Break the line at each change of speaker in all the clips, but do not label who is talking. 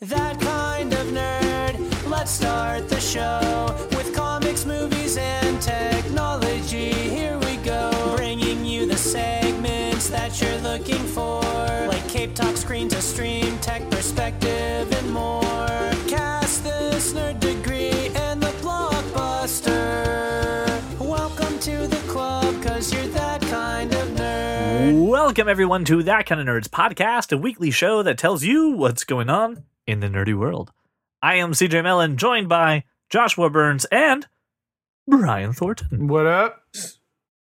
That kind of nerd. Let's start the show with comics, movies, and technology. Here we go, bringing you the segments that you're looking for, like Cape Talk, Screen to Stream, Tech Perspective, and more. Cast this nerd degree and the blockbuster. Welcome to the club, cause you're that kind of nerd.
Welcome, everyone, to That Kind of Nerds podcast, a weekly show that tells you what's going on in the nerdy world. I am CJ Mellon, joined by Joshua Burns and Brian Thornton.
What up?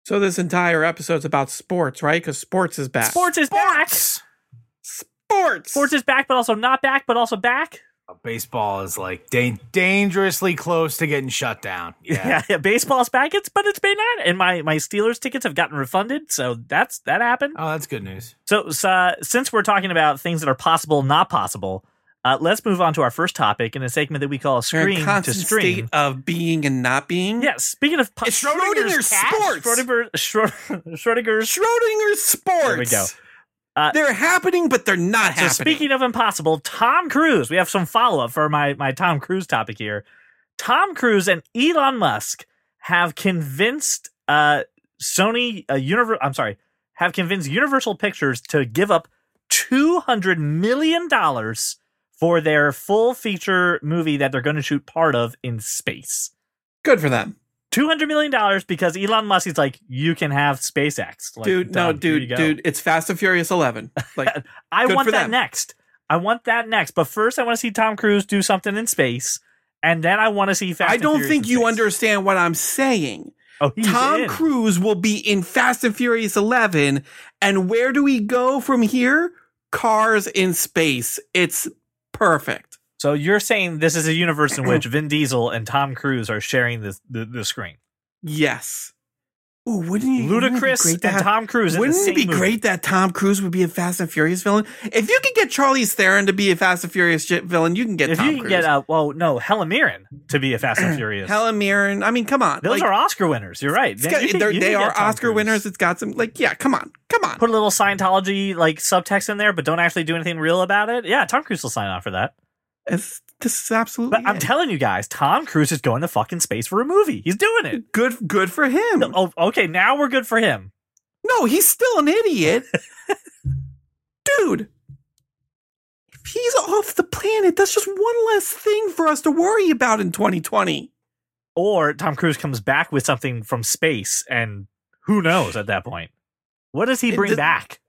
So this entire episode's about sports, right? Because sports is back.
Sports is back.
sports.
Sports is back, but also not back, but also back.
Uh, Baseball is like dan- dangerously close to getting shut down. Yeah.
Yeah, yeah baseball's back. It's but it's been not. And my my Steelers tickets have gotten refunded, so that's that happened.
Oh, that's good news.
So, so, uh, since we're talking about things that are possible, not possible, uh, let's move on to our first topic in a segment that we call
We're in
"Screen to
constant
Stream."
state of being and not being.
Yeah, speaking of po-
It's Schrodinger's
cat?
sports.
Schrodinger, Schro- Schrodinger's.
Schrodinger's sports.
There we go. Uh,
they're happening, but they're not
So
happening.
speaking of impossible, Tom Cruise. We have some follow up for my my Tom Cruise topic here. Tom Cruise and Elon Musk have convinced uh, Sony uh, Univer- I'm sorry, have convinced Universal Pictures to give up two hundred million dollars for their full feature movie that they're going to shoot part of in space.
Good for them,
two hundred million dollars because Elon Musk is like, you can have SpaceX, like,
dude. no,
done, here you
dude,
go.
dude. It's Fast and Furious Eleven. Like,
I
good
want
for
that
them.
next. I want that next. But first, I want to see Tom Cruise do something in space, and then I want to see Fast.
I
and
don't
Furious
think
in
you
space.
understand what I'm saying.
Oh, he's
Tom
in.
Cruise will be in Fast and Furious 11. And where do we go from here? Cars in space. It's perfect.
So you're saying this is a universe in which Vin Diesel and Tom Cruise are sharing the the, the screen?
Yes. Ooh, wouldn't you? wouldn't it be
Ludacris
great
and
to have-
Tom Cruise. in the
Wouldn't
same
it be
movie?
great that Tom Cruise would be a Fast and Furious villain? If you could get Charlie Theron to be a Fast and Furious j- villain, you can get
If
Tom
you can
Cruise.
get uh, well, no, Helen Mirren to be a Fast and Furious.
Helen Mirren. I mean, come on.
Those
Like,
are Oscar winners. You're right.
it's
Man,
got-
you can-
they're-
you can
they
get
are
Tom
Oscar
Cruise.
winners. It's got some like, yeah, come on, come on.
put a little Scientology like subtext in there, but don't actually do anything real about it. Yeah, Tom Cruise will sign on for that.
It's, this is absolutely.
But I'm
it.
telling you guys, Tom Cruise is going to fucking space for a movie. He's doing it.
good, good for him.
Oh, okay, now we're good for him.
No, he's still an idiot. Dude, if he's off the planet, that's just one less thing for us to worry about in 2020.
Or Tom Cruise comes back with something from space, and who knows at that point? What does he
It
bring
does-
back?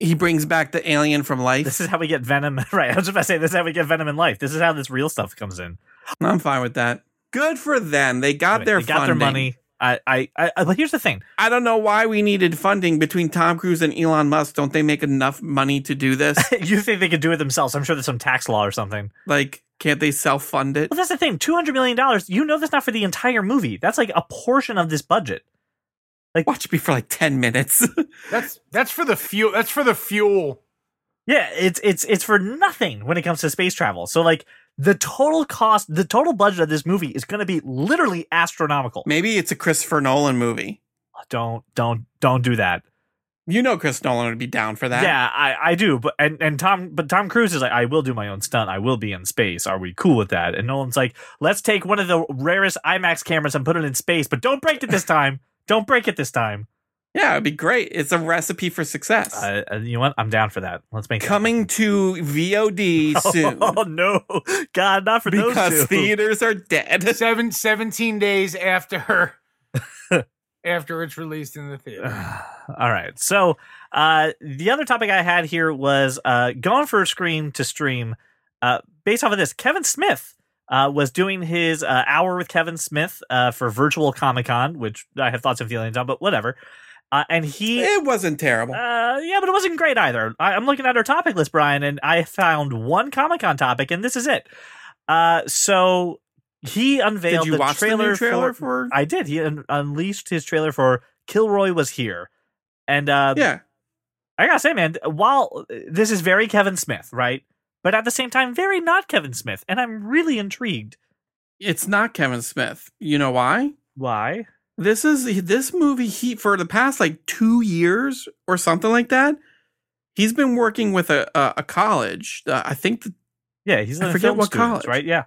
He brings back the alien from life.
This is how we get Venom. Right, I was just about to say this is how we get Venom in life. This is how this real stuff comes in.
I'm fine with that. Good for them. They got
Anyway,
their
they got
funding.
their money. I, I, I, I- but here's the thing.
I don't know why we needed funding between Tom Cruise and Elon Musk. Don't they make enough money to do this?
you think they could do it themselves? I'm sure there's some tax law or something.
like, can't they self fund it?
Well, that's the thing. Two hundred million dollars. You know, that's not for the entire movie. That's like a portion of this budget.
Watch me for like 10 minutes.
That's that's for the fuel. That's for the fuel.
Yeah, it's it's it's for nothing when it comes to space travel. So like the total cost, the total budget of this movie is going to be literally astronomical.
Maybe it's a Christopher Nolan movie.
Don't don't don't do that.
You know, Chris Nolan would be down for that.
Yeah, I I do, but and and Tom but Tom Cruise is like I will do my own stunt. I will be in space. Are we cool with that? And Nolan's like, "Let's take one of the rarest IMAX cameras and put it in space, but don't break it this time. Don't break it this time."
Yeah, it'd be great. It's a recipe for success.
Uh, uh, you know what? I'm down for that. Let's make that
Coming to VOD soon
Oh no. God, not for
because
those two.
theaters are dead.
Seven, 17 days after after it's released in the theater.
All right. So uh, the other topic I had here was uh, going for a screen to stream. Uh, based off of this, Kevin Smith uh, was doing his uh, hour with Kevin Smith uh, for virtual Comic Con, which I have thoughts and feelings on, but whatever. Uh, and he, uh,
It wasn't terrible.
yeah, but it wasn't great either. I, I'm looking at our topic list, Brian, and I found one Comic Con topic, and this is it. Uh, so he unveiled
Did you
the
watch
trailer,
the new trailer
for
for?
I did. He un- unleashed his trailer for Kilroy was here, and uh,
yeah,
I gotta say, man, while uh, this is very Kevin Smith, right? But at the same time, very not Kevin Smith, and I'm really intrigued.
it's not Kevin Smith. You know why?
Why?
This is this movie. He for the past like two years or something like that. He's been working with a a, a college. Uh, I think the
Yeah, he's
I
in
forget
film
what
students,
college.
right? Yeah,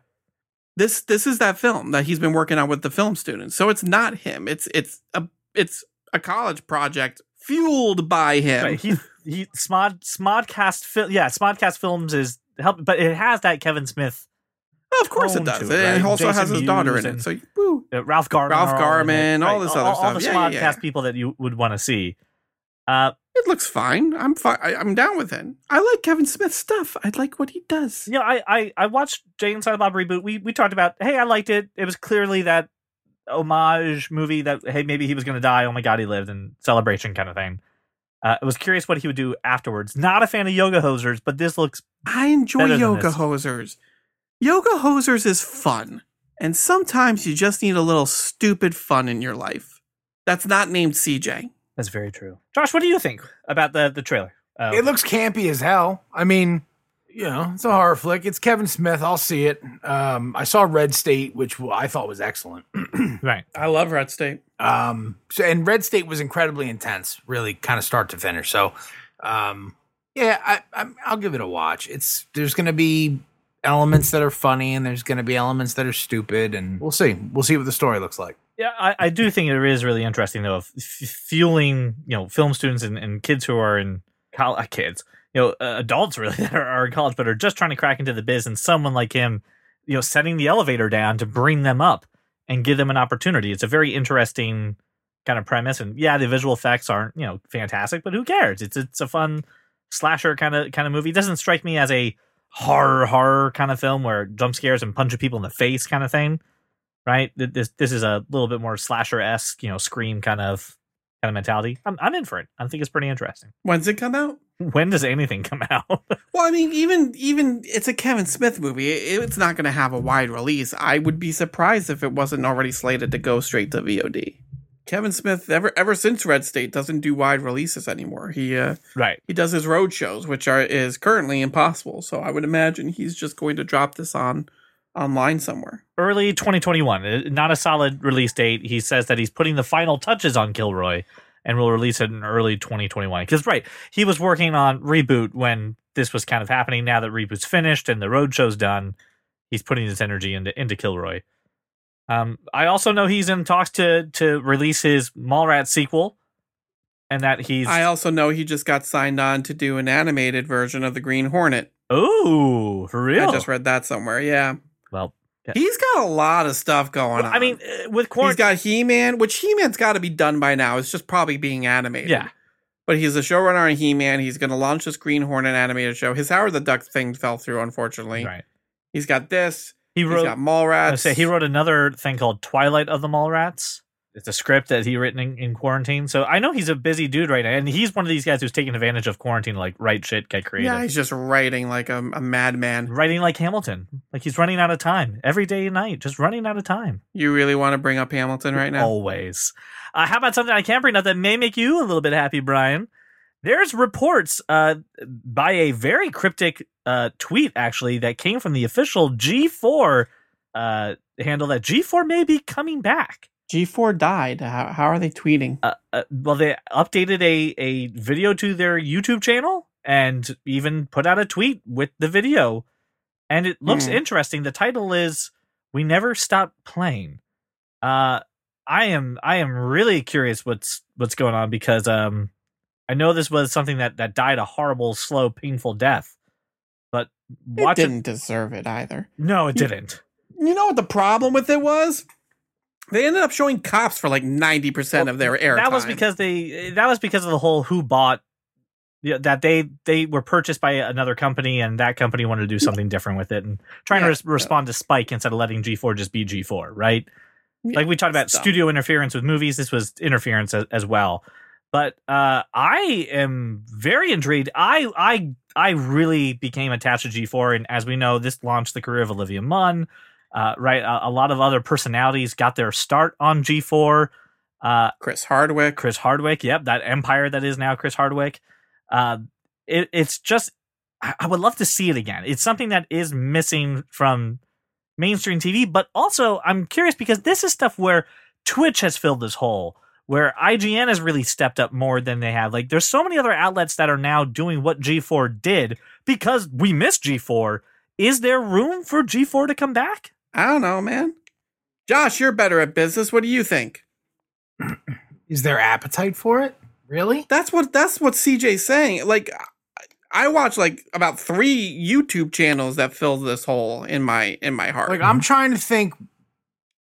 This this is that film that he's been working on with the film students. So it's not him. It's it's a it's a college project fueled by him.
right. He he Smod Smodcast film. Yeah, Smodcast Films is help, but it has that Kevin Smith,
Well, of course it
prone
does.
to
It,
it, right?
also has
Jason
his daughter in
Mewes
it. So woo.
uh, Ralph Garman,
Ralph
are all in it,
Garman, all this other
all, All
stuff.
the
Yeah,
Smodcast
yeah, yeah.
people that you would want to see. Uh,
It looks fine. I'm fine. I'm down with it. I like Kevin Smith's stuff. I like what he does.
you know, I I, I watched Jay and Silent Bob reboot. We we talked about hey, I liked it. It was clearly that homage movie that hey, maybe he was gonna die. Oh my god, he lived and celebration kind of thing. Uh, I was curious what he would do afterwards. Not a fan of yoga hosers, but this looks
I enjoy
Better than
yoga
this.
hosers. Yoga hosers is fun. And sometimes you just need a little stupid fun in your life. That's not named CJ.
that's very true. Josh, what do you think about the the trailer? Uh,
It looks campy as hell. I mean, you know, it's a horror flick. It's Kevin Smith. I'll see it. Um, I saw Red State, which I thought was excellent.
right.
I love Red State.
Um, so and Red State was incredibly intense, really, kind of start to finish. So, um, yeah, I, I I'll give it a watch. It's there's going to be elements that are funny, and there's going to be elements that are stupid, and we'll see. We'll see what the story looks like.
Yeah, I, I do think it is really interesting though, of f- fueling you know film students and, and kids who are in college, kids, you know, uh, adults really that are, are in college but are just trying to crack into the biz, and someone like him, you know, setting the elevator down to bring them up and give them an opportunity. It's a very interesting kind of premise, and yeah, the visual effects aren't you know fantastic, but who cares? It's it's a fun slasher kind of kind of movie. It doesn't strike me as a horror horror kind of film where jump scares and punching people in the face kind of thing right? Th- This this is a little bit more slasher esque, you know, scream kind of kind of mentality. I'm I'm in for it. I think it's pretty interesting.
When's it come out?
When does anything come out?
Well, I mean, even even it's a Kevin Smith movie. It- it's not going to have a wide release. I would be surprised if it wasn't already slated to go straight to VOD. Kevin Smith ever ever since Red State doesn't do wide releases anymore. He uh,
right.
he does his road shows, which are is currently impossible. So I would imagine he's just going to drop this on online somewhere.
Early 2021. Uh, Not a solid release date. He says that he's putting the final touches on Kilroy and will release it in early 2021. Because right, he was working on reboot when this was kind of happening. Now that reboot's finished and the road show's done, he's putting his energy into into Kilroy. Um, I also know he's in talks to to release his Mallrats sequel, and that he's
I also know he just got signed on to do an animated version of the Green Hornet.
oh for real.
I just read that somewhere. Yeah,
well,
he's got a lot of stuff going on.
I mean, uh, with
he's
quarantine,
got He Man, which He Man's got to be done by now. It's just probably being animated.
yeah,
but he's a showrunner on He Man. He's going to launch this Green Hornet animated show. His Howard the Duck thing fell through, unfortunately.
right.
He's got this.
He
He has
wrote
got Mallrats.
I say he wrote another thing called Twilight of the Mallrats. It's a script that he written in, in quarantine. So I know he's a busy dude right now, and he's one of these guys who's taking advantage of quarantine, to, like write shit, get creative,
Yeah, he's just writing like a, a madman.
writing like Hamilton. Like he's running out of time every day and night, just running out of time.
You really want to bring up Hamilton right
Oh.
now?
Always. Uh, how about something I can bring up that may make you a little bit happy, Brian? There's reports uh, by a very cryptic uh, tweet, actually, that came from the official G4 uh, handle that G4 may be coming back.
G4 died. How, how are they tweeting?
Uh, uh, well, they updated a, a video to their YouTube channel and even put out a tweet with the video. And it looks
Hmm.
interesting. The title is "We Never Stop Playing." Uh, I am I am really curious what's what's going on because um, I know this was something that that died a horrible, slow, painful death. But
it
watch it.
didn't deserve it either.
No, it didn't.
You know what the problem with it was? They ended up showing cops for like 90%
Well,
of their air.
that was because they that was because of the whole who bought yeah, that they they were purchased by another company and that company wanted to do something different with it and trying to
Yeah.
res- respond to spike instead of letting g4 just be g4 right
Yeah,
like we talked about
it's dumb.
studio interference with movies this was interference as, as well but uh i am very intrigued i i i really became attached to g4 and as we know this launched the career of olivia munn uh, right a, a lot of other personalities got their start on g4 uh,
Chris Hardwick.
Chris Hardwick. Yep, that empire that is now Chris Hardwick. Uh, it, it's just, I, I would love to see it again. It's something that is missing from mainstream TV, but also I'm curious because this is stuff where Twitch has filled this hole, where IGN has really stepped up more than they have. Like, there's so many other outlets that are now doing what G4 did because we missed G4 Is there room for G4 to come back?
I don't know, man. Josh, you're better at business. What do you think?
Is there appetite for it? Really?
That's what that's what CJ's saying. Like I- I watch like about three YouTube channels that fill this hole in my in my heart.
Like
uh,
I'm trying to think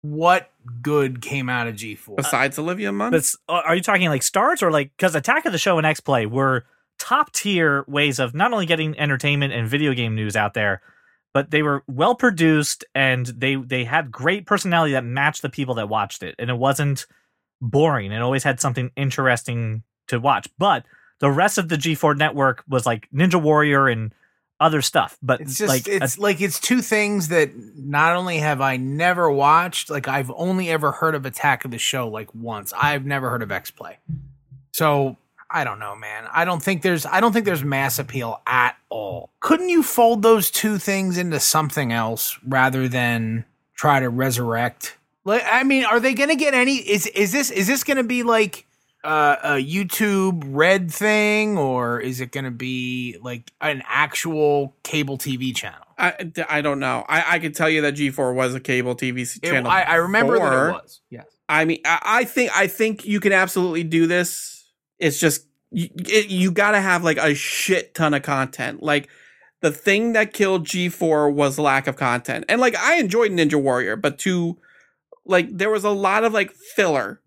what good came out of G4.
Besides Olivia Munn,
That's uh, are you talking like stars or like because Attack of the Show and X Play were top tier ways of not only getting entertainment and video game news out there, but they were well produced and they they had great personality that matched the people that watched it, and it wasn't boring. It always had something interesting to watch. But the rest of the G4 network was like Ninja Warrior and other stuff. But
It's just
like
it's like it's two things that not only have I never watched, like I've only ever heard of Attack of the Show like once. I've never heard of X Play. So I don't know, man. I don't think there's I don't think there's mass appeal at all. Couldn't you fold those two things into something else rather than try to resurrect? Like I mean, are they gonna get any is is this is this gonna be like uh, a YouTube red thing, or is it going to be like an actual cable TV channel?
I, I don't know. I, I could tell you that G4 was a cable TV
It-
channel.
I, I remember that
before.
it was. Yes.
I mean, I, I think I think you can absolutely do this. It's just you, it, you got to have like a shit ton of content. Like the thing that killed G4 was lack of content. And like I enjoyed Ninja Warrior, but to like there was a lot of like filler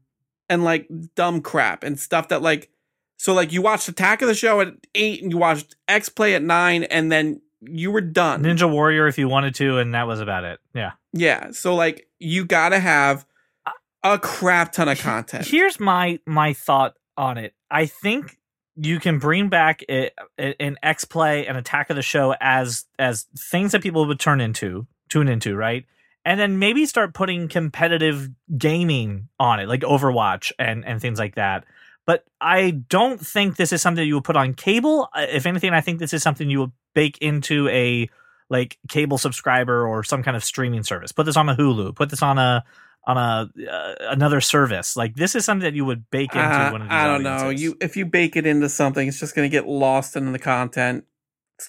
and like dumb crap and stuff that like so like you watched Attack of the Show at 8 and you watched X Play at 9 and then you were done.
Ninja Warrior if you wanted to, and that was about it. Yeah.
Yeah, so like you got to have
Uh,
a crap ton of content.
here's my my thought on it i think you can bring back a- a- an x play and attack of the show as as things that people would turn into tune into right and then maybe start putting competitive gaming on it like overwatch and and things like that but i don't think this is something you would put on cable Uh, if anything i think this is something you would bake into a like cable subscriber or some kind of streaming service put this on a hulu put this on a on a uh, another service. Like this is something that you would bake into
Uh,
one of these.
I don't know.
audiences.
You if you bake it into something, it's just gonna get lost in the content.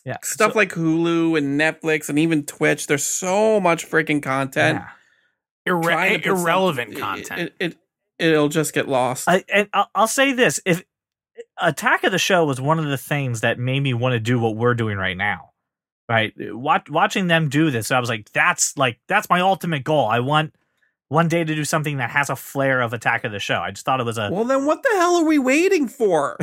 yeah
Stuff like Hulu and Netflix and even Twitch. There's so much freaking content.
Yeah. eh,
Irre-
Trying to put
irrelevant
some-
content.
It, it, it will just get lost.
I, and I'll, I'll say this: if Attack of the Show was one of the things that made me want to do what we're doing right now, right? Wat watching them do this, I was like, that's like that's my ultimate goal. I want one day to do something that has a flair of Attack of the Show. I just thought it was a
well, then what the hell are we waiting for?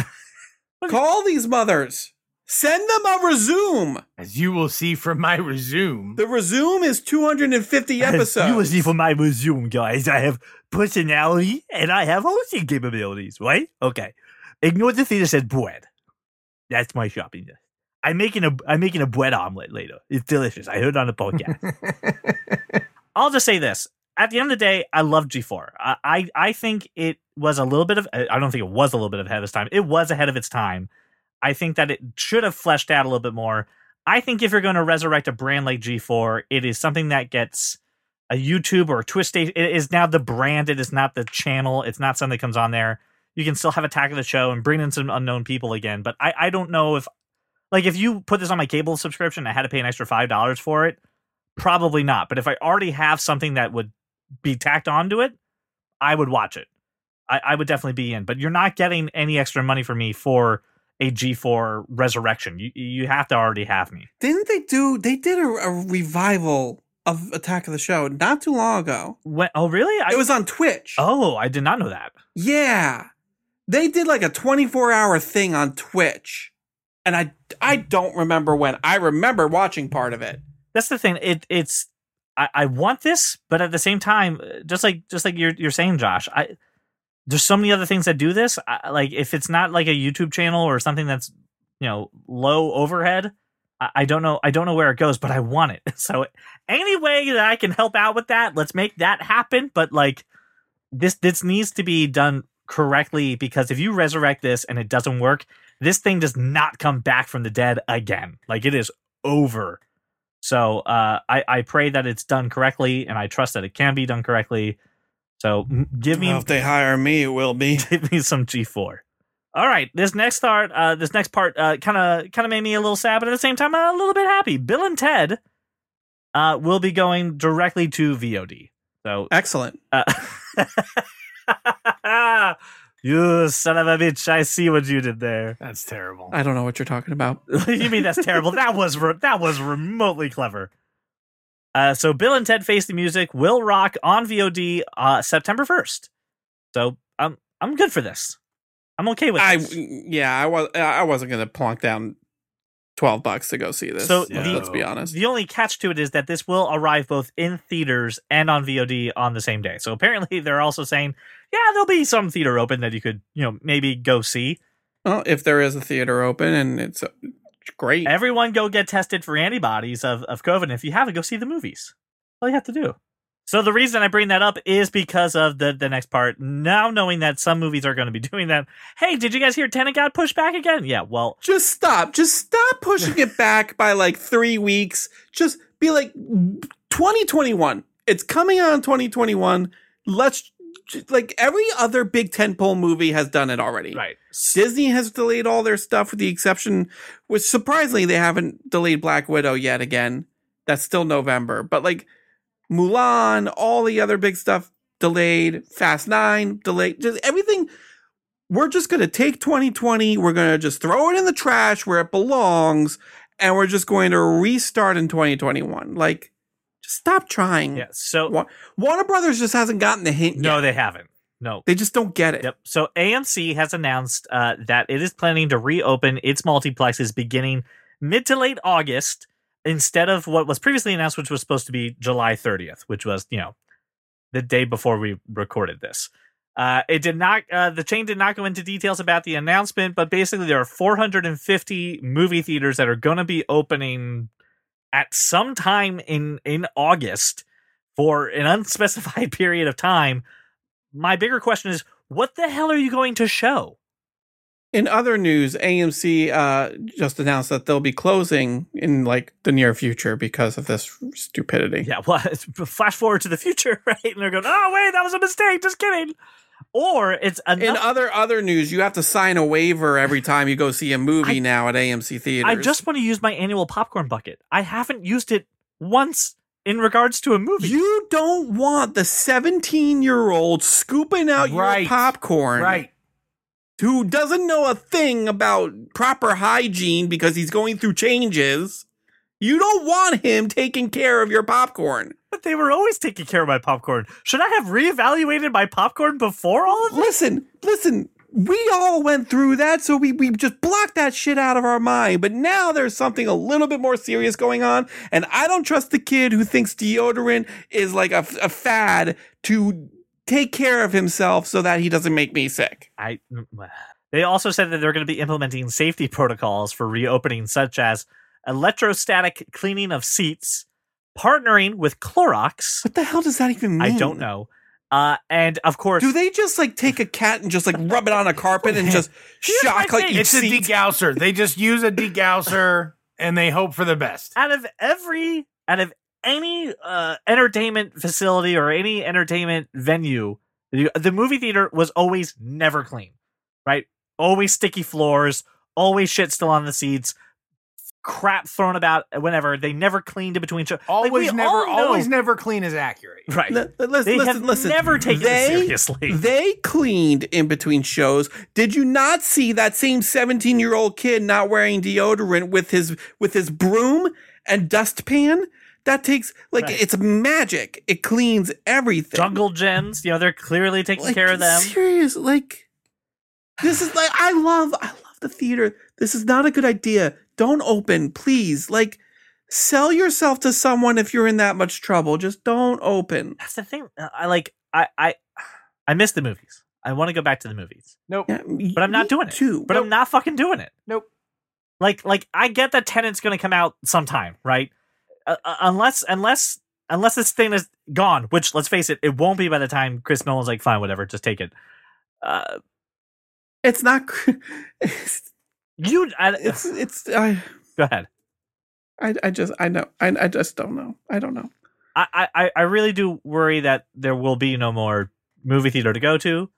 Call these mothers. Send them a resume.
As you will see from my resume.
The resume is 250 episodes.
You will see from my resume, guys. I have personality and I have hosting capabilities, right? Okay. Ignore the thing that says bread. That's my shopping list. I'm making a I'm making a bread omelet later. It's delicious. I heard it on the podcast. I'll just say this. At the end of the day, I love G4. I, I, I think it was a little bit of, I don't think it was a little bit ahead of its time. It was ahead of its time. I think that it should have fleshed out a little bit more. I think if you're going to resurrect a brand like G4, it is something that gets a YouTube or a Twitch station. It is now the brand. It is not the channel. It's not something that comes on there. You can still have Attack of the Show and bring in some unknown people again. But I, I don't know if, like, if you put this on my cable subscription, and I had to pay an extra $5 for it. Probably not. But if I already have something that would be tacked onto it, I would watch it. I, I would definitely be in. But you're not getting any extra money from me for a G4 resurrection. You you have to already have me.
Didn't they do? They did a, a revival of Attack of the Show not too long ago.
When, oh really? I
it was on Twitch.
Oh, I did not know that.
Yeah. They did like a 24 hour thing on Twitch. And I I don't remember when. I remember watching part of it.
That's the thing. It it's I, I want this, but at the same time, uh, just like just like you're you're saying, Josh, I there's so many other things that do this. I, like if it's not like a YouTube channel or something that's you know low overhead, I, I don't know I don't know where it goes, but I want it. So any way that I can help out with that, let's make that happen. But like this this needs to be done correctly because if you resurrect this and it doesn't work, this thing does not come back from the dead again. Like it is over. So uh, I I pray that it's done correctly, and I trust that it can be done correctly. So m- give me
they hire me, it will be.
give me some G four. All right, this next part, uh, this next part, kind of kind of made me a little sad, but at the same time, uh, a little bit happy. Bill and Ted uh, will be going directly to VOD. So,
Excellent.
uh, you son of a bitch! I see what you did there.
That's terrible.
I don't know what you're talking about.
you mean that's terrible? that was re- that was remotely clever. Uh, so Bill and Ted Face the Music will rock on VOD uh, September first. So I'm I'm good for this. I'm okay with
I
this.
yeah, I was I wasn't gonna plonk down twelve bucks to go see this.
So
So
the-
let's be honest.
The only catch to it is that this will arrive both in theaters and on VOD on the same day. So apparently they're also saying, yeah, there'll be some theater open that you could you know maybe go see.
Well, if there is a theater open and it's uh, great,
Everyone go get tested for antibodies of, of COVID. And if you haven't, go see the movies. All you have to do. So the reason I bring that up is because of the, the next part. Now knowing that some movies are going to be doing that. Hey, did you guys hear Tenet got pushed back again? Yeah, well,
just stop. Just stop pushing it back by like three weeks. Just be like 2021. It's coming out in 2021. Let's j- like every other big tentpole movie has done it already.
right. S-
Disney has delayed all their stuff with the exception, which surprisingly they haven't delayed Black Widow yet again. That's still November. But like Mulan, all the other big stuff delayed, Fast Nine delayed, just everything. We're just going to take 2020, we're going to just throw it in the trash where it belongs, and we're just going to restart in 2021. Like, just stop trying.
Yeah, so
Wa- Warner Brothers just hasn't gotten the hint
no,
yet.
they haven't. No.
They just don't get it.
Yep. So AMC has announced uh, that it is planning to reopen its multiplexes beginning mid to late August instead of what was previously announced, which was supposed to be July 30th, which was, you know, the day before we recorded this. Uh, it did not, uh, the chain did not go into details about the announcement, but basically there are 450 movie theaters that are going to be opening at some time in, in August for an unspecified period of time. My bigger question is what the hell are you going to show?
In other news, AMC uh, just announced that they'll be closing in like the near future because of this stupidity.
Yeah, well, flash forward to the future, right? And they're going, oh, wait, that was a mistake. Just kidding. Or it's
In
another.
other other news, you have to sign a waiver every time you go see a movie
I-
now at AMC theaters.
I just want to use my annual popcorn bucket. I haven't used it once in regards to a movie.
you don't want the seventeen year old scooping out
Right.
your popcorn,
Right.
Who doesn't know a thing about proper hygiene because he's going through changes. You don't want him taking care of your popcorn.
but they were always taking care of my popcorn. Should I have reevaluated my popcorn before all of this?
listen, listen. We all went through that, so we, we just blocked that shit out of our mind. But now there's something a little bit more serious going on, and I don't trust the kid who thinks deodorant is like a, a fad to take care of himself so that he doesn't make me sick.
I.
mm,
They also said that they're going to be implementing safety protocols for reopening, such as electrostatic cleaning of seats, partnering with Clorox.
What the hell does that even mean?
I don't know. Uh, and of course,
Do they just like take a cat and just like rub it on a carpet and just
Here's my
shock like
thing.
you
It's a
see?
degausser. They just use a degausser and they hope for the best.
out of every, out of any uh, entertainment facility or any entertainment venue, the, the movie theater was always never clean, right? Always sticky floors, always shit still on the seats, crap thrown about whenever. They never cleaned in between shows. Like, we
Always never,
all know-
always never clean is accurate.
Right.
Li- li- listen,
they have
listen, listen.
never taken
They-
it seriously.
They cleaned in between shows. Did you not see that same 17-year-old kid not wearing deodorant with his with his broom and dustpan? That takes like
Right.
it's magic. It cleans everything.
Jungle Gems, you know, they're clearly taking
Like,
care of them.
Serious, like this is like I love I love the theater. This is not a good idea. Don't open, please. Like sell yourself to someone if you're in that much trouble. Just don't open.
That's the thing. uh, I like. I I I miss the movies. I want to go back to the movies,
Nope.
Yeah,
but I'm not doing it.
Too.
But I'm not fucking doing it.
Nope.
Like like I get that Tenant's going to come out sometime, right? Uh, uh, unless unless unless this thing is gone, which let's face it, it won't be by the time Chris Nolan's like, fine, whatever, just take it. Uh,
it's not it's
you I,
it's it's I
go ahead.
I, I just I know I I just don't know I don't know.
I, I- I, I really do worry that there will be no more movie theater to go to.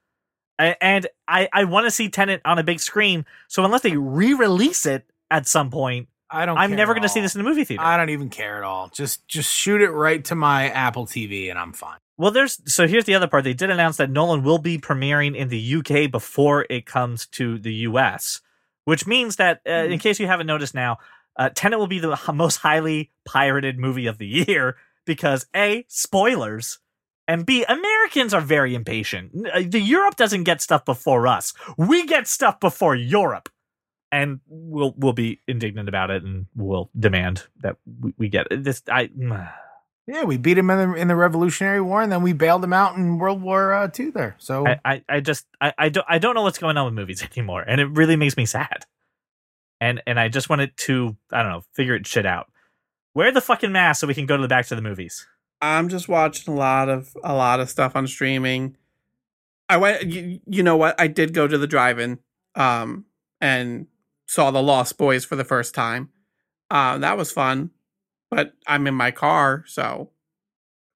A- And I, I want to see Tenant on a big screen. So unless they re release it at some point,
I don't.
I'm
care
never
at
going to see
all.
this in the movie theater.
I don't even care at all. Just just shoot it right to my Apple TV and I'm fine.
well, there's so here's the other part. They did announce that Nolan will be premiering in the UK before it comes to the US, which means that uh, in case you haven't noticed now, uh, Tenet will be the h- most highly pirated movie of the year because a spoilers. And B, Americans are very impatient. N- uh, The Europe doesn't get stuff before us. We get stuff before Europe, and we'll we'll be indignant about it, and we'll demand that we, we get it. this. I mm,
Yeah, we beat him in the in the Revolutionary War, and then we bailed him out in World War uh, II. There, so
I, I, I just I, I don't I don't know what's going on with movies anymore, and it really makes me sad. And and I just wanted to I don't know figure it shit out. Wear the fucking mask so we can go to the back to the movies.
I'm just watching a lot of a lot of stuff on streaming. I went you, you know what? I did go to the drive-in um and saw The Lost Boys for the first time. Um that was fun. But I'm in my car, so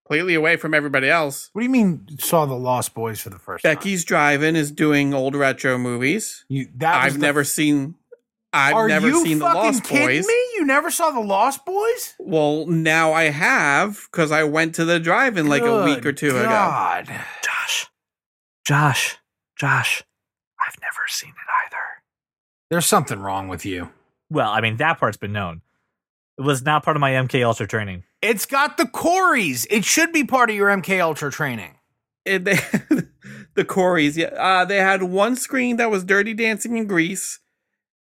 completely away from everybody else.
what do you mean? Saw the Lost Boys for the first time?
Becky's Drive-In is doing old retro movies.
You, that was
I've
the-
never seen I've
Are
never
you
seen The
fucking
Lost
kidding
Boys.
me? You never saw the Lost Boys?
Well, now I have cuz I went to the drive-in like a week
Good
or two ago.
God.
Josh, Josh, Josh, I've never seen it either.
There's something wrong with you.
Well, I mean that part's been known. It was not part of my MK Ultra training.
It's got the Corys. It should be part of your MK Ultra training.
it, they, the Corys, yeah, uh, they had one screen that was Dirty Dancing in Greece,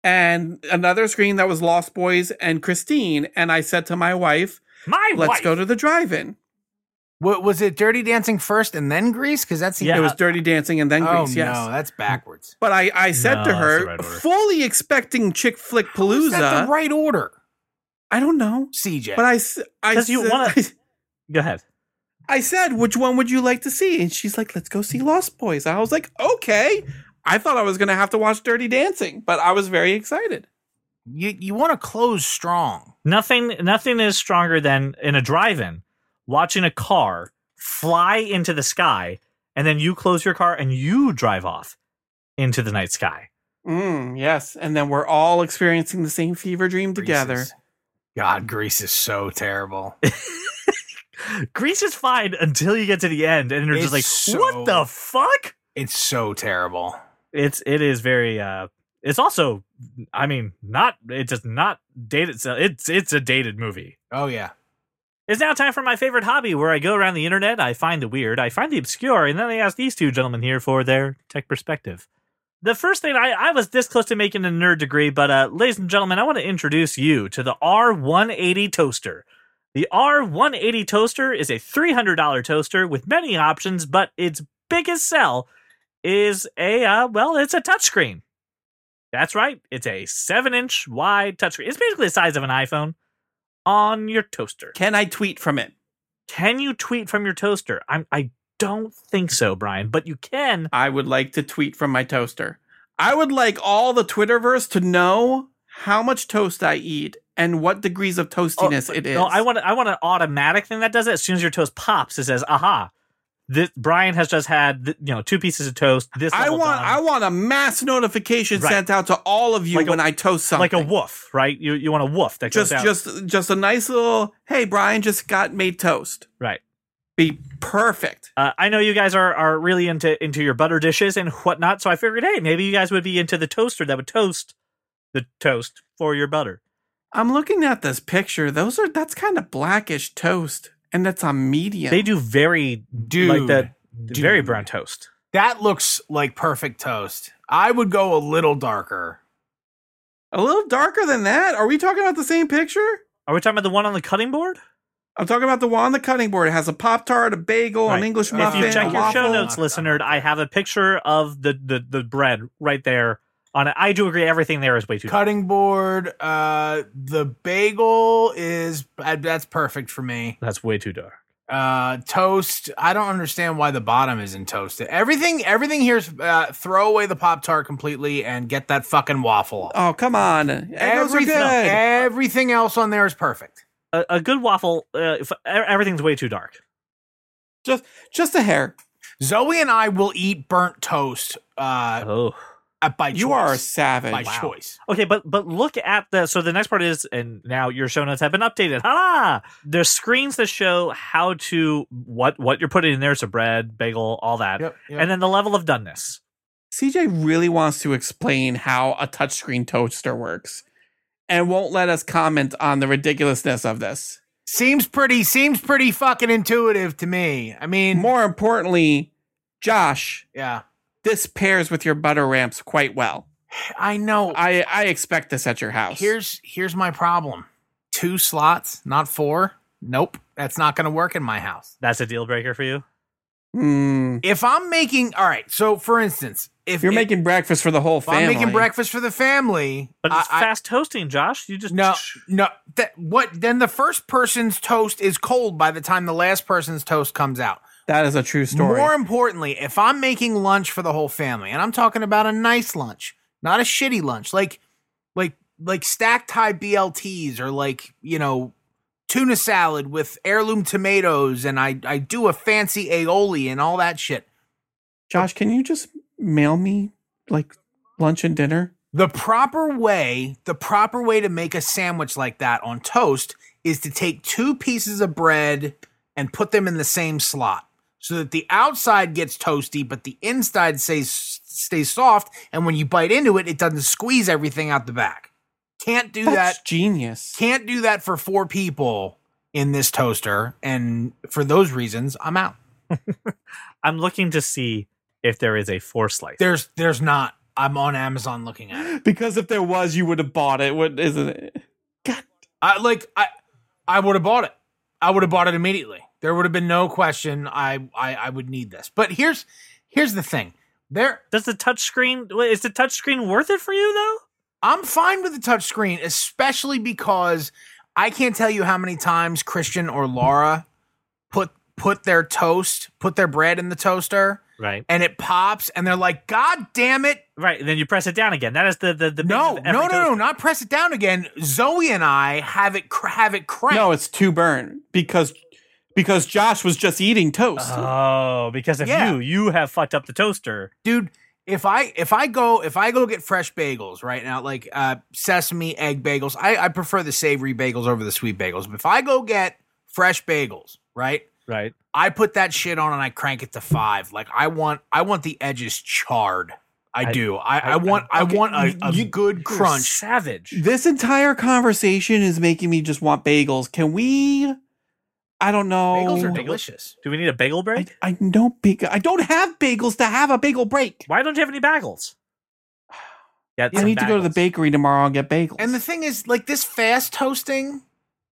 and another screen that was Lost Boys and Christine. And I said to my wife,
My
"Let's
wife.
go to the drive-in."
What was it? Dirty Dancing first and then Grease? Because that's
Yeah.
It was Dirty Dancing and then
Oh
Greece. Yes.
no, that's backwards.
But I, I said
No,
to
that's the
her,
right order.
fully expecting Chick Flick
Is that
Palooza.
the right order,
I don't know,
CJ?
but I, s- I
'Cause you
said-
wanna- go ahead.
I said, which one would you like to see? And she's like, let's go see Lost Boys. I was like, okay. I thought I was going to have to watch Dirty Dancing, but I was very excited.
you you want to close strong.
Nothing nothing is stronger than in a drive-in watching a car fly into the sky and then you close your car and you drive off into the night sky.
Mm, yes. And then we're all experiencing the same fever dream together.
Grease is- God, Grease is so terrible.
Grease is fine until you get to the end and you're just
It's
like
so-
what the fuck?
it's so terrible.
It's it is very uh it's also I mean not it does not date itself. It's it's a dated movie.
Oh yeah.
It's now time for my favorite hobby where I go around the internet, I find the weird, I find the obscure, and then I ask these two gentlemen here for their tech perspective. The first thing I, I was this close to making a nerd degree, but uh, ladies and gentlemen, I want to introduce you to the R180 toaster. The R180 toaster is a $300 toaster with many options, but its biggest sell is a, uh, well, it's a touchscreen. That's right, it's a 7 inch wide touchscreen. It's basically the size of an iPhone on your toaster.
Can I tweet from it?
Can you tweet from your toaster? I'm I don't think so, Brian, but you can.
I would like to tweet from my toaster. I would like all the Twitterverse to know how much toast I eat and what degrees of toastiness it is.
No, I want I want an automatic thing that does it. As soon as your toast pops, it says, "Aha! This Brian has just had th- you know two pieces of toast." This
I
level
want
done."
I want a mass notification
Right.
sent out to all of you
Like a-
when I toast something.
like a woof, right? You you want a woof that
just
goes out.
just just a nice little hey Brian just got made toast.
Right.
Be perfect.
Uh, I know you guys are are really into into your butter dishes and whatnot, so I figured, hey, maybe you guys would be into the toaster that would toast the toast for your butter.
I'm looking at this picture. Those are that's kind of blackish toast and that's on medium.
They do very
Dude.
like that very
dude.
brown toast.
That looks like perfect toast. I would go a little darker.
a little darker than that. Are we talking about the same picture?
Are we talking about the one on the cutting board?
I'm talking about the one on the cutting board. It has a pop tart, a bagel, an
Right.
English
If
If
muffin,
you
Muffin,
check
a
your show
waffle.
notes, listener, I have a picture of the the, the bread right there. On it. I do agree, everything there is way too.
Cutting board. Uh, the bagel is uh, that's perfect for me.
That's way too dark.
Uh, toast. I don't understand why the bottom isn't toasted. Everything, everything here's uh, throw away the pop tart completely and get that fucking waffle.
Oh, come on. Egos are
everything,
good.
everything else on there is perfect.
A, a good waffle. Uh, if, e- everything's way too dark.
Just just a hair.
Zoe and I will eat burnt toast uh,
Oh,
Uh, by
You are a
choice.
savage.
by
Wow.
choice.
Okay, but but look at the so the next part is and now your show notes have been updated. Ha! There's screens that show how to what what you're putting in there. So bread, bagel, all that,
Yep, yep.
and then the level of doneness.
CJ really wants to explain how a touchscreen toaster works and won't let us comment on the ridiculousness of this.
seems pretty seems pretty fucking intuitive to me. I mean,
More importantly, Josh,
yeah,
this pairs with your butter ramps quite well.
I know.
I, I expect this at your house.
here's here's my problem. Two slots, not four. Nope, that's not going to work in my house.
That's a deal breaker for you.
Hmm.
If I'm making all right, so for instance, if
you're
it-
making breakfast for the whole
if I'm
family.
making breakfast for the family,
But it's
I- I-
fast toasting, Josh. You just
no, no. That what? Then the first person's toast is cold by the time the last person's toast comes out.
That is a true story.
More importantly, if I'm making lunch for the whole family, and I'm talking about a nice lunch, not a shitty lunch, like like like stacked high BLTs or like, you know, tuna salad with heirloom tomatoes and I I do a fancy aioli and all that shit.
Josh, can you just mail me like lunch and dinner?
The proper way, the proper way to make a sandwich like that on toast is to take two pieces of bread and put them in the same slot so that the outside gets toasty but the inside stays stays soft and when you bite into it it doesn't squeeze everything out the back. Can't do
That's
that.
genius.
Can't do that for four people in this toaster and for those reasons I'm out.
I'm looking to see if there is a four slice.
There's there's not I'm on Amazon looking at it.
Because if there was, you would have bought it. What isn't it?
I like I I would have bought it. I would have bought it immediately. There would have been no question I, I I would need this. But here's here's the thing. There
Does the touch screen wait, is the touch screen worth it for you though?
I'm fine with the touchscreen, especially because I can't tell you how many times Christian or Laura put put their toast, put their bread in the toaster
Right,
and it pops and they're like, God damn it,
right. And then you press it down again. That is the the the
no,
basis of every
no, no, no,
toaster.
not press it down again. Zoe and I have it cr- have it cranked.
No, it's two burn because because Josh was just eating toast.
Uh-huh.
Oh, because if
Yeah.
you you have fucked up the toaster.
dude if i if i go if i go get fresh bagels right now like uh sesame egg bagels i i prefer the savory bagels over the sweet bagels but if i go get fresh bagels right
Right.
i put that shit on and i crank it to five like i want i want the edges charred i,
I-
do i i,
I-
want i,
okay,
want a, a
you-
good
You're
crunch
savage.
This entire conversation is making me just want bagels. Can we? I don't know.
bagels are delicious
Do we need a bagel
I,
break?
I know bagel. I don't have bagels to have a bagel break.
Why don't you have any bagels? Get
I
some
need to go to the
bagels.
bakery tomorrow and get bagels.
and the thing is like this fast toasting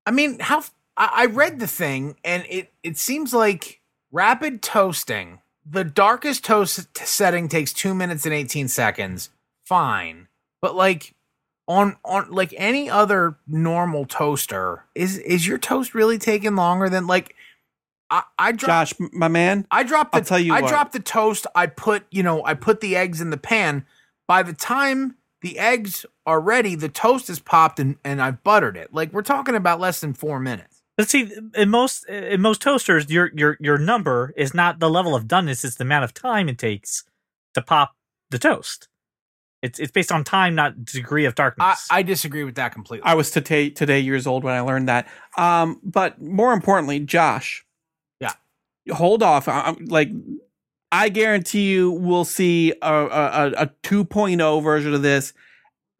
i mean how f- i, I read the thing and it it seems like rapid toasting the darkest toast t- setting takes 2 minutes and 18 seconds fine but like on on like any other normal toaster is is your toast really taking longer than like i i dro-
Josh, m- my man,
I dropped the
I'll tell you
I
what.
dropped the toast. I put, you know, I put the eggs in the pan. By the time the eggs are ready, the toast is popped and, and I've buttered it. Like we're talking about less than four minutes.
But see, in most in most toasters, your your your number is not the level of doneness; it's the amount of time it takes to pop the toast. It's it's based on time, not degree of
I,
darkness.
I disagree with that completely.
I was today today years old when I learned that. Um, but more importantly, Josh.
Yeah.
Hold off. I, I'm like, I guarantee you, we'll see a a, a, a 2.0 version of this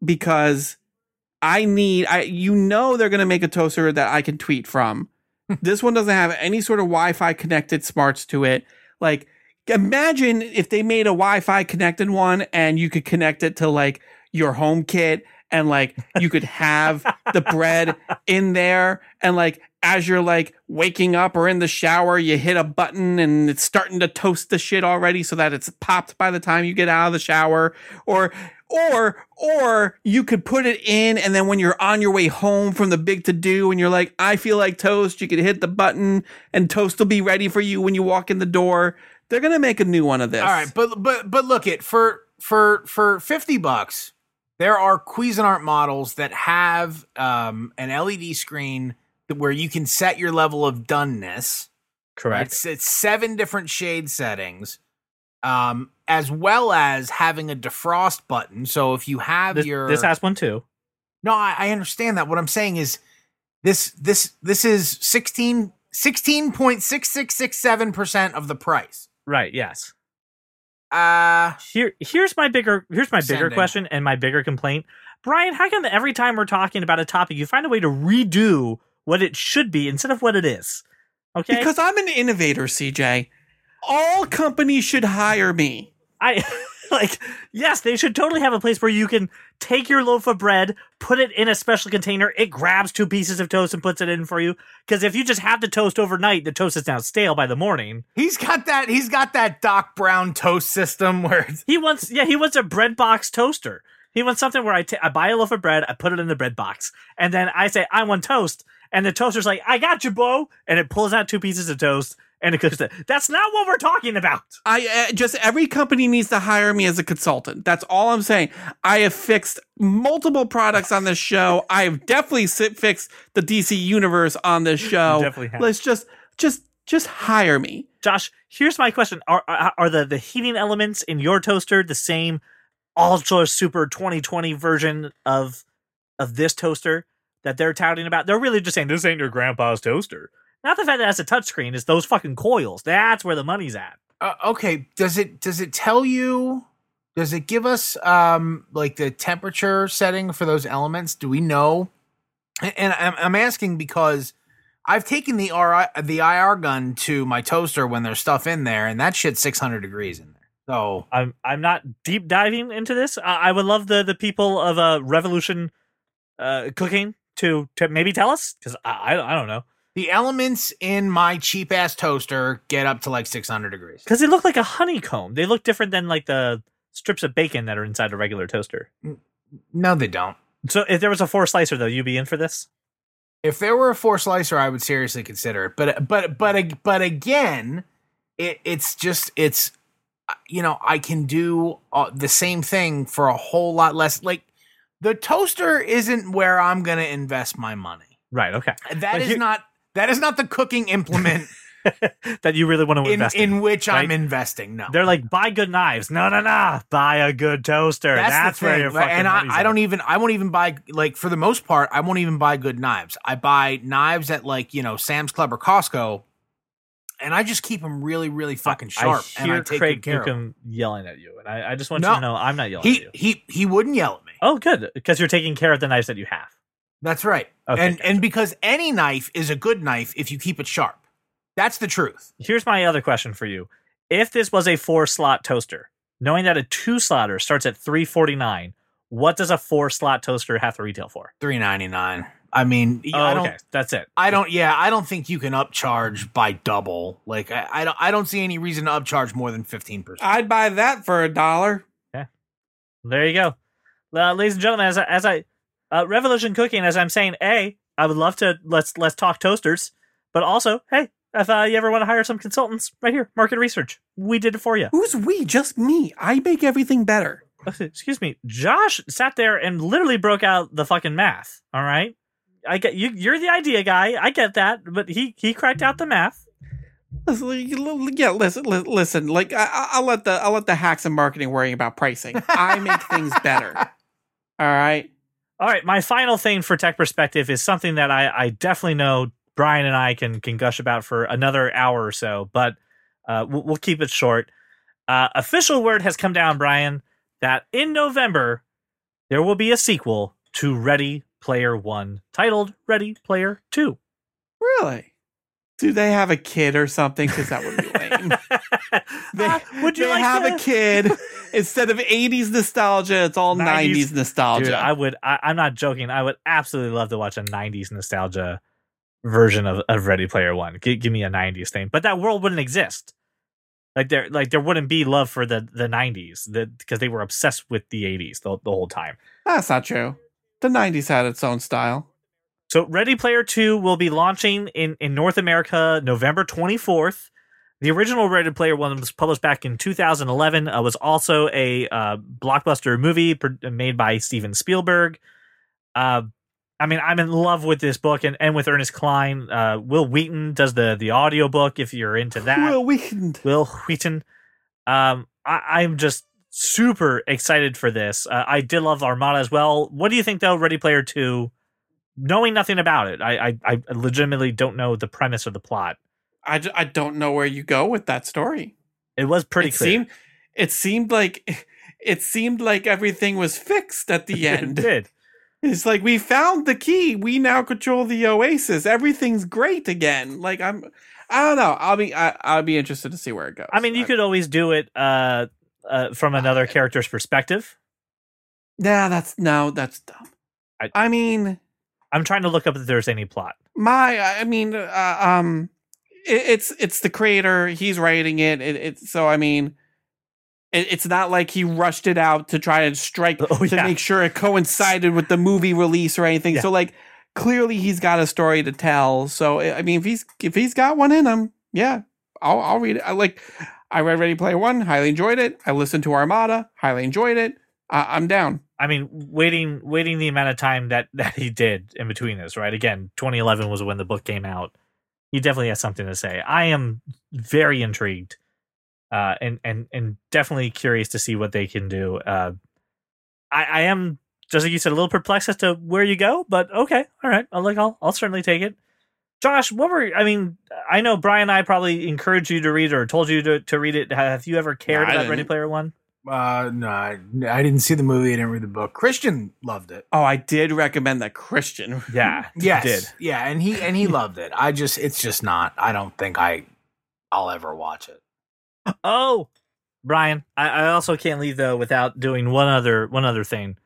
because I need. I you know they're gonna make a toaster that I can tweet from. this one doesn't have any sort of Wi-Fi connected smarts to it. Like, imagine if they made a Wi-Fi connected one and you could connect it to like your home kit and like you could have the bread in there and like as you're like waking up or in the shower you hit a button and it's starting to toast the shit already so that it's popped by the time you get out of the shower or or or you could put it in and then when you're on your way home from the big to do and you're like I feel like toast you could hit the button and toast will be ready for you when you walk in the door they're going to make a new one of this
All right, but but but look it for for for fifty bucks. There are Cuisinart models that have um, an LED screen that- where you can set your level of doneness. It's, it's seven different shade settings. um, as well as having a defrost button. So if you have
This,
your
this has one too.
no, I, I understand that. What I'm saying is this this this is 16 16.6667 percent of the price.
Right. Yes.
Uh
Here, here's my bigger here's my bigger
Sending.
question and my bigger complaint, Brian. How come every time we're talking about a topic, you find a way to redo what it should be instead of what it is? Okay.
Because I'm an innovator, CJ. All companies should hire me.
I like yes, they should totally have a place where you can take your loaf of bread, put it in a special container, it grabs two pieces of toast and puts it in for you. Because if you just have the toast overnight, the toast is now stale by the morning.
he's got that he's got that Doc Brown toast system where it's
He wants yeah, he wants a bread box toaster. He wants something where I ta- I buy a loaf of bread, I put it in the bread box, and then I say I want toast, and the toaster's like I got you, Bo, and it pulls out two pieces of toast and it cooks it. That's not what we're talking about.
I uh, just every company needs to hire me as a consultant. That's all I'm saying. I have fixed multiple products on this show. I have definitely sit, fixed the DC universe on this show.
definitely have.
Let's just just just hire me.
Josh, here's my question: Are are, are the, the heating elements in your toaster the same ultra super 2020 version of of this toaster that they're touting about? They're really just saying this ain't your grandpa's toaster. Not the fact that it has a touchscreen; it's those fucking coils. That's where the money's at.
uh, okay does it does it tell you does it give us um like the temperature setting for those elements do we know A- and i'm, I'm asking because i've taken the RI, the ir gun to my toaster when there's stuff in there and that shit's 600 degrees in there so
I'm I'm not deep diving into this. I, I would love the the people of uh, Revolution uh, Cooking to to maybe tell us because I, I I don't know
the elements in my cheap ass toaster get up to like 600 degrees
because they look like a honeycomb. They look different than like the strips of bacon that are inside a regular toaster.
no they don't
So if there was a four slicer though, you'd be in for this.
if there were a four slicer i would seriously consider it but but but but again it, it's just it's uh, you know i can do uh, the same thing for a whole lot less like the toaster isn't where i'm gonna invest my money
Right. Okay.
that
But
is
here-
not that is not the cooking implement
that you really want to
in,
invest in.
in which i'm
right?
investing no
They're like buy good knives. No, no, no. Buy a good toaster. That's,
the
where
thing,
your
like,
fucking
and
money's
I, I
at.
don't even I won't even buy like for the most part I won't even buy good knives. I buy knives at like you know Sam's Club or Costco, and I just keep them really really fucking sharp.
I
and
hear
I take
Craig
good care of 'em.
Newcomb yelling at you, and I, I just want
No.
you to know I'm not yelling at
He
you.
he he wouldn't yell at me.
Oh, good, because you're taking care of the knives that you have.
That's right.
Okay,
and and because any knife is a good knife if you keep it sharp. That's the truth.
Here's my other question for you: If this was a four slot toaster, knowing that a two slotter starts at three forty nine, what does a four slot toaster have to retail for?
Three ninety nine. I mean,
oh,
I don't
okay, that's it.
I don't. Yeah, I don't think you can upcharge by double. Like I, I don't. I don't see any reason to upcharge more than fifteen percent.
I'd buy that for a dollar.
There you go, uh, ladies and gentlemen. As I, as I uh, revolution cooking, as I'm saying, a I would love to let's let's talk toasters, but also hey, if uh, you ever want to hire some consultants, right here, market research, we did it for you.
Who's we? Just me. I make everything better.
Excuse me, Josh sat there and literally broke out the fucking math. All right, I get you. You're the idea guy. I get that, but he he cracked out the math.
Listen, l- l- Yeah, listen, li- listen. Like I- I, I'll let the I'll let the hacks and marketing worrying about pricing. I make things better. All right.
All right, my final thing for tech perspective is something that I, I definitely know Brian and I can can gush about for another hour or so, but uh, we'll, we'll keep it short. Uh, official word has come down, Brian, that in November there will be a sequel to Ready Player One, titled Ready Player Two.
Really? Do they have a kid or something? Because that would be lame. They,
Ah, would you
they
like
have
to-
a kid instead of 80s nostalgia? It's all
90s
90s, nostalgia.
Dude, I would. I, I'm not joking. I would absolutely love to watch a '90s nostalgia version of, of Ready Player One. G- give me a '90s thing, but that world wouldn't exist. Like there, like there wouldn't be love for the the '90s, because they were obsessed with the '80s the, the whole time.
That's not true. The 90s had its own style.
So Ready Player 2 will be launching in, in North America November 24th. The original Ready Player 1 was published back in 2011. Uh, was also a uh, blockbuster movie pr- made by Steven Spielberg. Uh, I mean, I'm in love with this book and, and with Ernest Klein. Uh, Will Wheaton does the, the audiobook if you're into that.
Well, we can.
Will Wheaton. Um, I, I'm just super excited for this. Uh, I did love Armada as well. What do you think though? Ready Player Two, knowing nothing about it, I I, I legitimately don't know the premise or the plot.
I, ju- I don't know where you go with that story.
It was pretty
it
clear.
seemed it seemed like it seemed like everything was fixed at the
it
end.
did.
it's like we found the key. We now control the oasis. Everything's great again. Like I'm I don't know. I'll be I, I'll be interested to see where it goes.
I mean, you could always do it uh, uh, from
Ah.
another character's perspective.
Nah, that's no, that's dumb.
I-
I, mean,
I'm trying to look up if there's any plot.
my I mean, uh, um, it, it's it's the creator. He's writing it. It, it so I mean, it, it's not like he rushed it out to try and strike
Oh,
to
yeah.
make sure it coincided with the movie release or anything.
Yeah.
So like, clearly he's got a story to tell. So I I mean, if he's if he's got one in him, yeah, I'll I'll read it. I like. I read Ready Player One, highly enjoyed it. I listened to Armada, highly enjoyed it. I I'm down.
I mean, waiting waiting the amount of time that that he did in between this, right? Again, 2011 was when the book came out. He definitely has something to say. I am very intrigued, uh, and and and definitely curious to see what they can do. Uh, I, I am just like you said, a little perplexed as to where you go, but okay, all right, I'll like I'll I'll certainly take it. Josh, what were I mean? I know Brian and I probably encouraged you to read or told you to, to read it. Have you ever cared
I
about Ready
didn't.
Player One?
Uh, no, I, I didn't see the movie. I didn't read the book. Christian loved it.
Oh, I did recommend that Christian.
Yeah,
Yes,
did.
yeah, and he and he loved it. I just, it's just not. I don't think I, I'll ever watch it.
Oh, Brian, I, I also can't leave though without doing one other one other thing,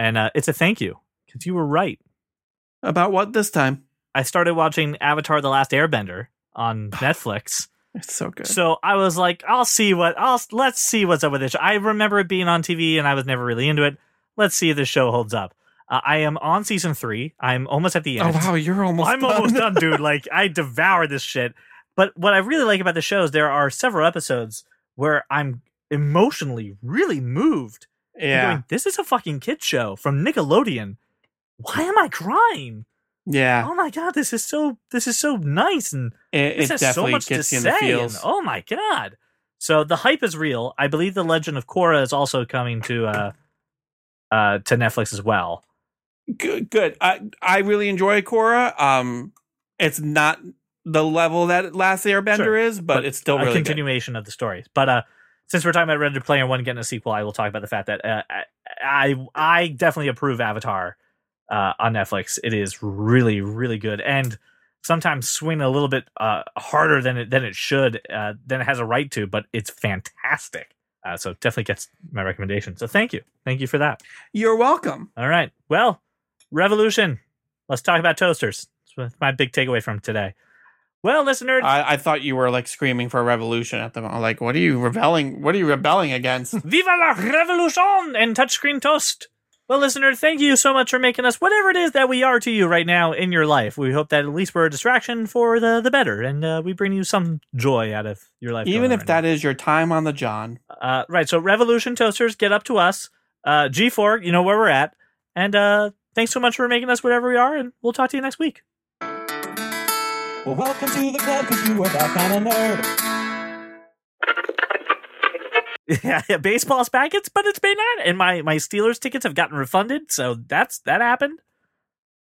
and uh, it's a thank you because you were right.
About what this time?
I started watching Avatar: The Last Airbender on Netflix,
It's so good.
so I was like, I'll see what I'll let's see what's up with this. show. I remember it being on TV, and I was never really into it. Let's see if this show holds up. Uh, I am on season three. I'm almost at the end.
oh wow, you're almost.
I'm almost done, dude. Like I devour this shit. But what I really like about the show is there are several episodes where I'm emotionally really moved. and
Yeah,
going, this is a fucking kid show from Nickelodeon. Why am I crying?
yeah.
Oh my god, this is so this is so nice and
It, it
this has so
definitely
much to
gets you in
say.
the
And,
feels.
oh my god. So the hype is real. I believe the Legend of Korra is also coming to uh uh to Netflix as well.
Good, good. I I really enjoy Korra. Um, it's not the level that Last Airbender
Sure.
is, but,
But
it's still
a
really good.
continuation of the story. But uh, since we're talking about Ready Player One getting a sequel, I will talk about the fact that uh, I I definitely approve Avatar uh, on Netflix. It is really really good and sometimes swing a little bit uh, harder than it than it should uh, than it has a right to, but it's fantastic. Uh, so definitely gets my recommendation. So thank you, thank you for that.
You're welcome.
All right, well, Revolution. Let's talk about toasters. That's my big takeaway from today. Well, listeners,
I, I thought you were like screaming for a revolution at them. I'm like, what are you rebelling? What are you rebelling against?
Viva la revolution and touchscreen toast. Well, listener, thank you so much for making us whatever it is that we are to you right now in your life. We hope that at least we're a distraction for the the better, and uh, we bring you some joy out of your life.
Even if
that
that is your time on the John.
uh, right, so revolution toasters, get up to us. Uh, G4, you know where we're at, and uh, thanks so much for making us whatever we are, and we'll talk to you next week.
Well, welcome to the club because you were that kind of nerd.
yeah, yeah, baseball's back. It's but it's May not, and my my Steelers tickets have gotten refunded, so that's that happened.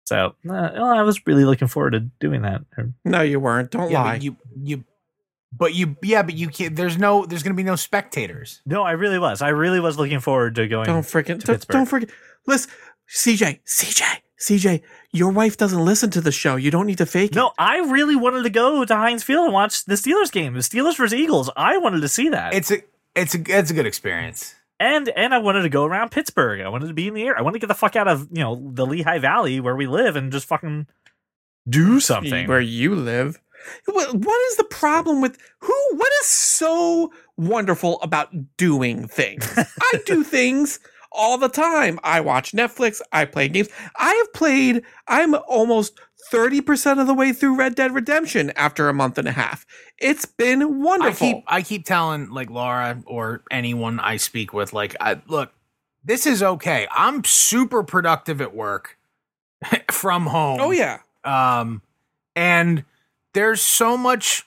So uh, well, I was really looking forward to doing that.
No, you weren't. Don't
Yeah,
lie.
but you, you, but you, yeah, but you can't. There's no, there's gonna be no spectators.
No, I really was. I really was looking forward to going.
Don't
to
freaking don't,
Pittsburgh.
don't forget. Listen, CJ, CJ, CJ. Your wife doesn't listen to the show. You don't need to fake
no, I really wanted to go to Heinz Field and watch the Steelers game, the Steelers versus Eagles. I wanted to see that,
It's a, it's a, it's a good experience.
and and I wanted to go around Pittsburgh. I wanted to be in the air. I wanted to get the fuck out of you know the Lehigh Valley where we live and just fucking do
it.
something.
Where you live. What, what is the problem with who? What is so wonderful about doing things? I do things all the time. I watch Netflix. I play games. I have played. I'm almost. 30% of the way through Red Dead Redemption after a month and a half. It's been wonderful.
I keep I keep telling like Laura or anyone I speak with, like, I, look, this is okay. I'm super productive at work from home.
oh, yeah.
Um, and there's so much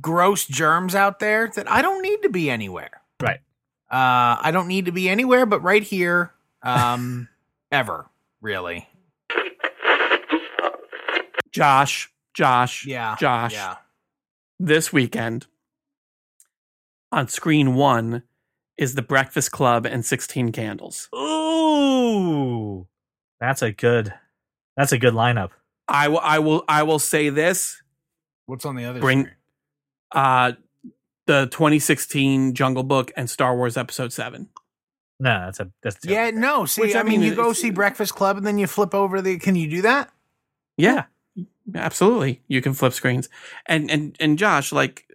gross germs out there that I don't need to be anywhere.
Right.
Uh, I don't need to be anywhere but right here. Um, ever really?
Josh, Josh,
Yeah,
Josh.
Yeah.
This weekend on screen one is The Breakfast Club and 16 Candles.
Ooh, that's a good. That's a good lineup.
I will, I will, I will say this:
What's on the other?
Bring-
screen?
uh, the 2016 Jungle Book and Star Wars Episode Seven.
No, that's a that's terrible.
Yeah, no. See,
Which,
I,
I
mean,
mean,
you go
it's-
see Breakfast Club and then you flip over the. Can you do that?
Yeah, absolutely. You can flip screens, and and and Josh, like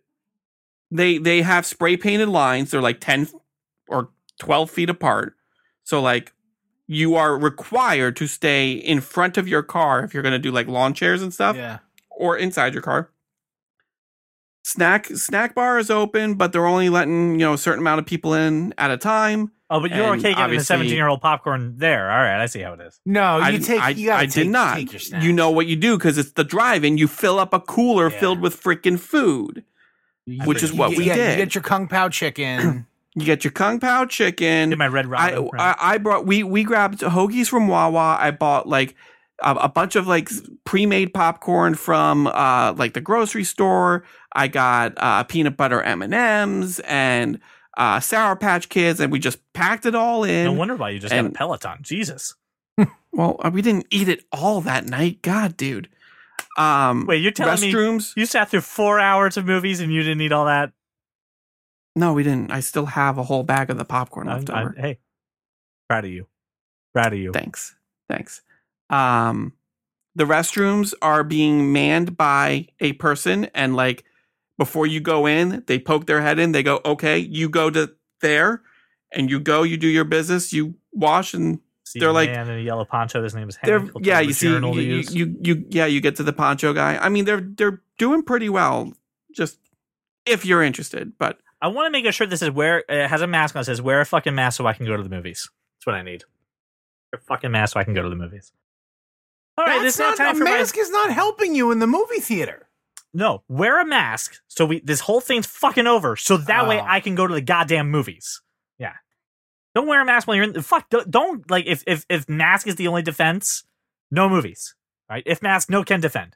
they they have spray painted lines. They're like ten or twelve feet apart. So like you are required to stay in front of your car if you're going to do like lawn chairs and stuff,
Yeah.
or inside your car. Snack snack bar is open, but they're only letting you know a certain amount of people in at a time.
Oh, but you're
And
okay getting the
obviously-
17 year old popcorn there. All right, I see how it is.
No,
I
Oh, you
didn't-
take.
I,
you gotta
I
take,
did not.
Take your snacks.
you know what you do because it's the drive-in. You fill up a cooler
Yeah.
filled with freaking food.
You
which
get-
is what
you
we
get,
did.
You get your kung pao chicken.
You get your kung pao chicken.
Did my red
I,
robin. right.
I I brought we we grabbed hoagies from Wawa. I bought like a, a bunch of like pre-made popcorn from uh like the grocery store. I got uh peanut butter M and M's and uh Sour Patch Kids, and we just packed it all in.
no wonder why you just got
and-
a Peloton. Jesus.
well, uh, we didn't eat it all that night. God, dude. Um,
Wait, you're telling me
restrooms?
you sat through four hours of movies and you didn't eat all that?
No, we didn't. I still have a whole bag of the popcorn
I'm-
left
I'm-
over.
hey, proud of you. Proud of you.
Thanks. Thanks. Um, the restrooms are being manned by a person, and like before you go in, they poke their head in. They go, "Okay, you go to there, and you go, you do your business, you wash, and
See
They're
a
like-
man in a yellow poncho. His name is
they're
Hank. He'll
yeah,
tell
you
which
see, you,
urinal to
you
use.
you you- yeah, you get to the poncho guy. I mean, they're they're doing pretty well, just if you're interested. But
I want to make a shirt that says wear it has a mask on. It says wear a fucking mask so I can go to the movies. That's what I need. Wear A fucking mask so I can go to the movies. All right,
That's
it's now
not,
time
a
for my
mask is not helping you in the movie theater.
No, wear a mask so we this whole thing's fucking over. So that way
Oh.
I can go to the goddamn movies. Yeah. Don't wear a mask when you're in the fuck. Don't, don't like if if if mask is the only defense, no movies. Right? If mask, no can defend.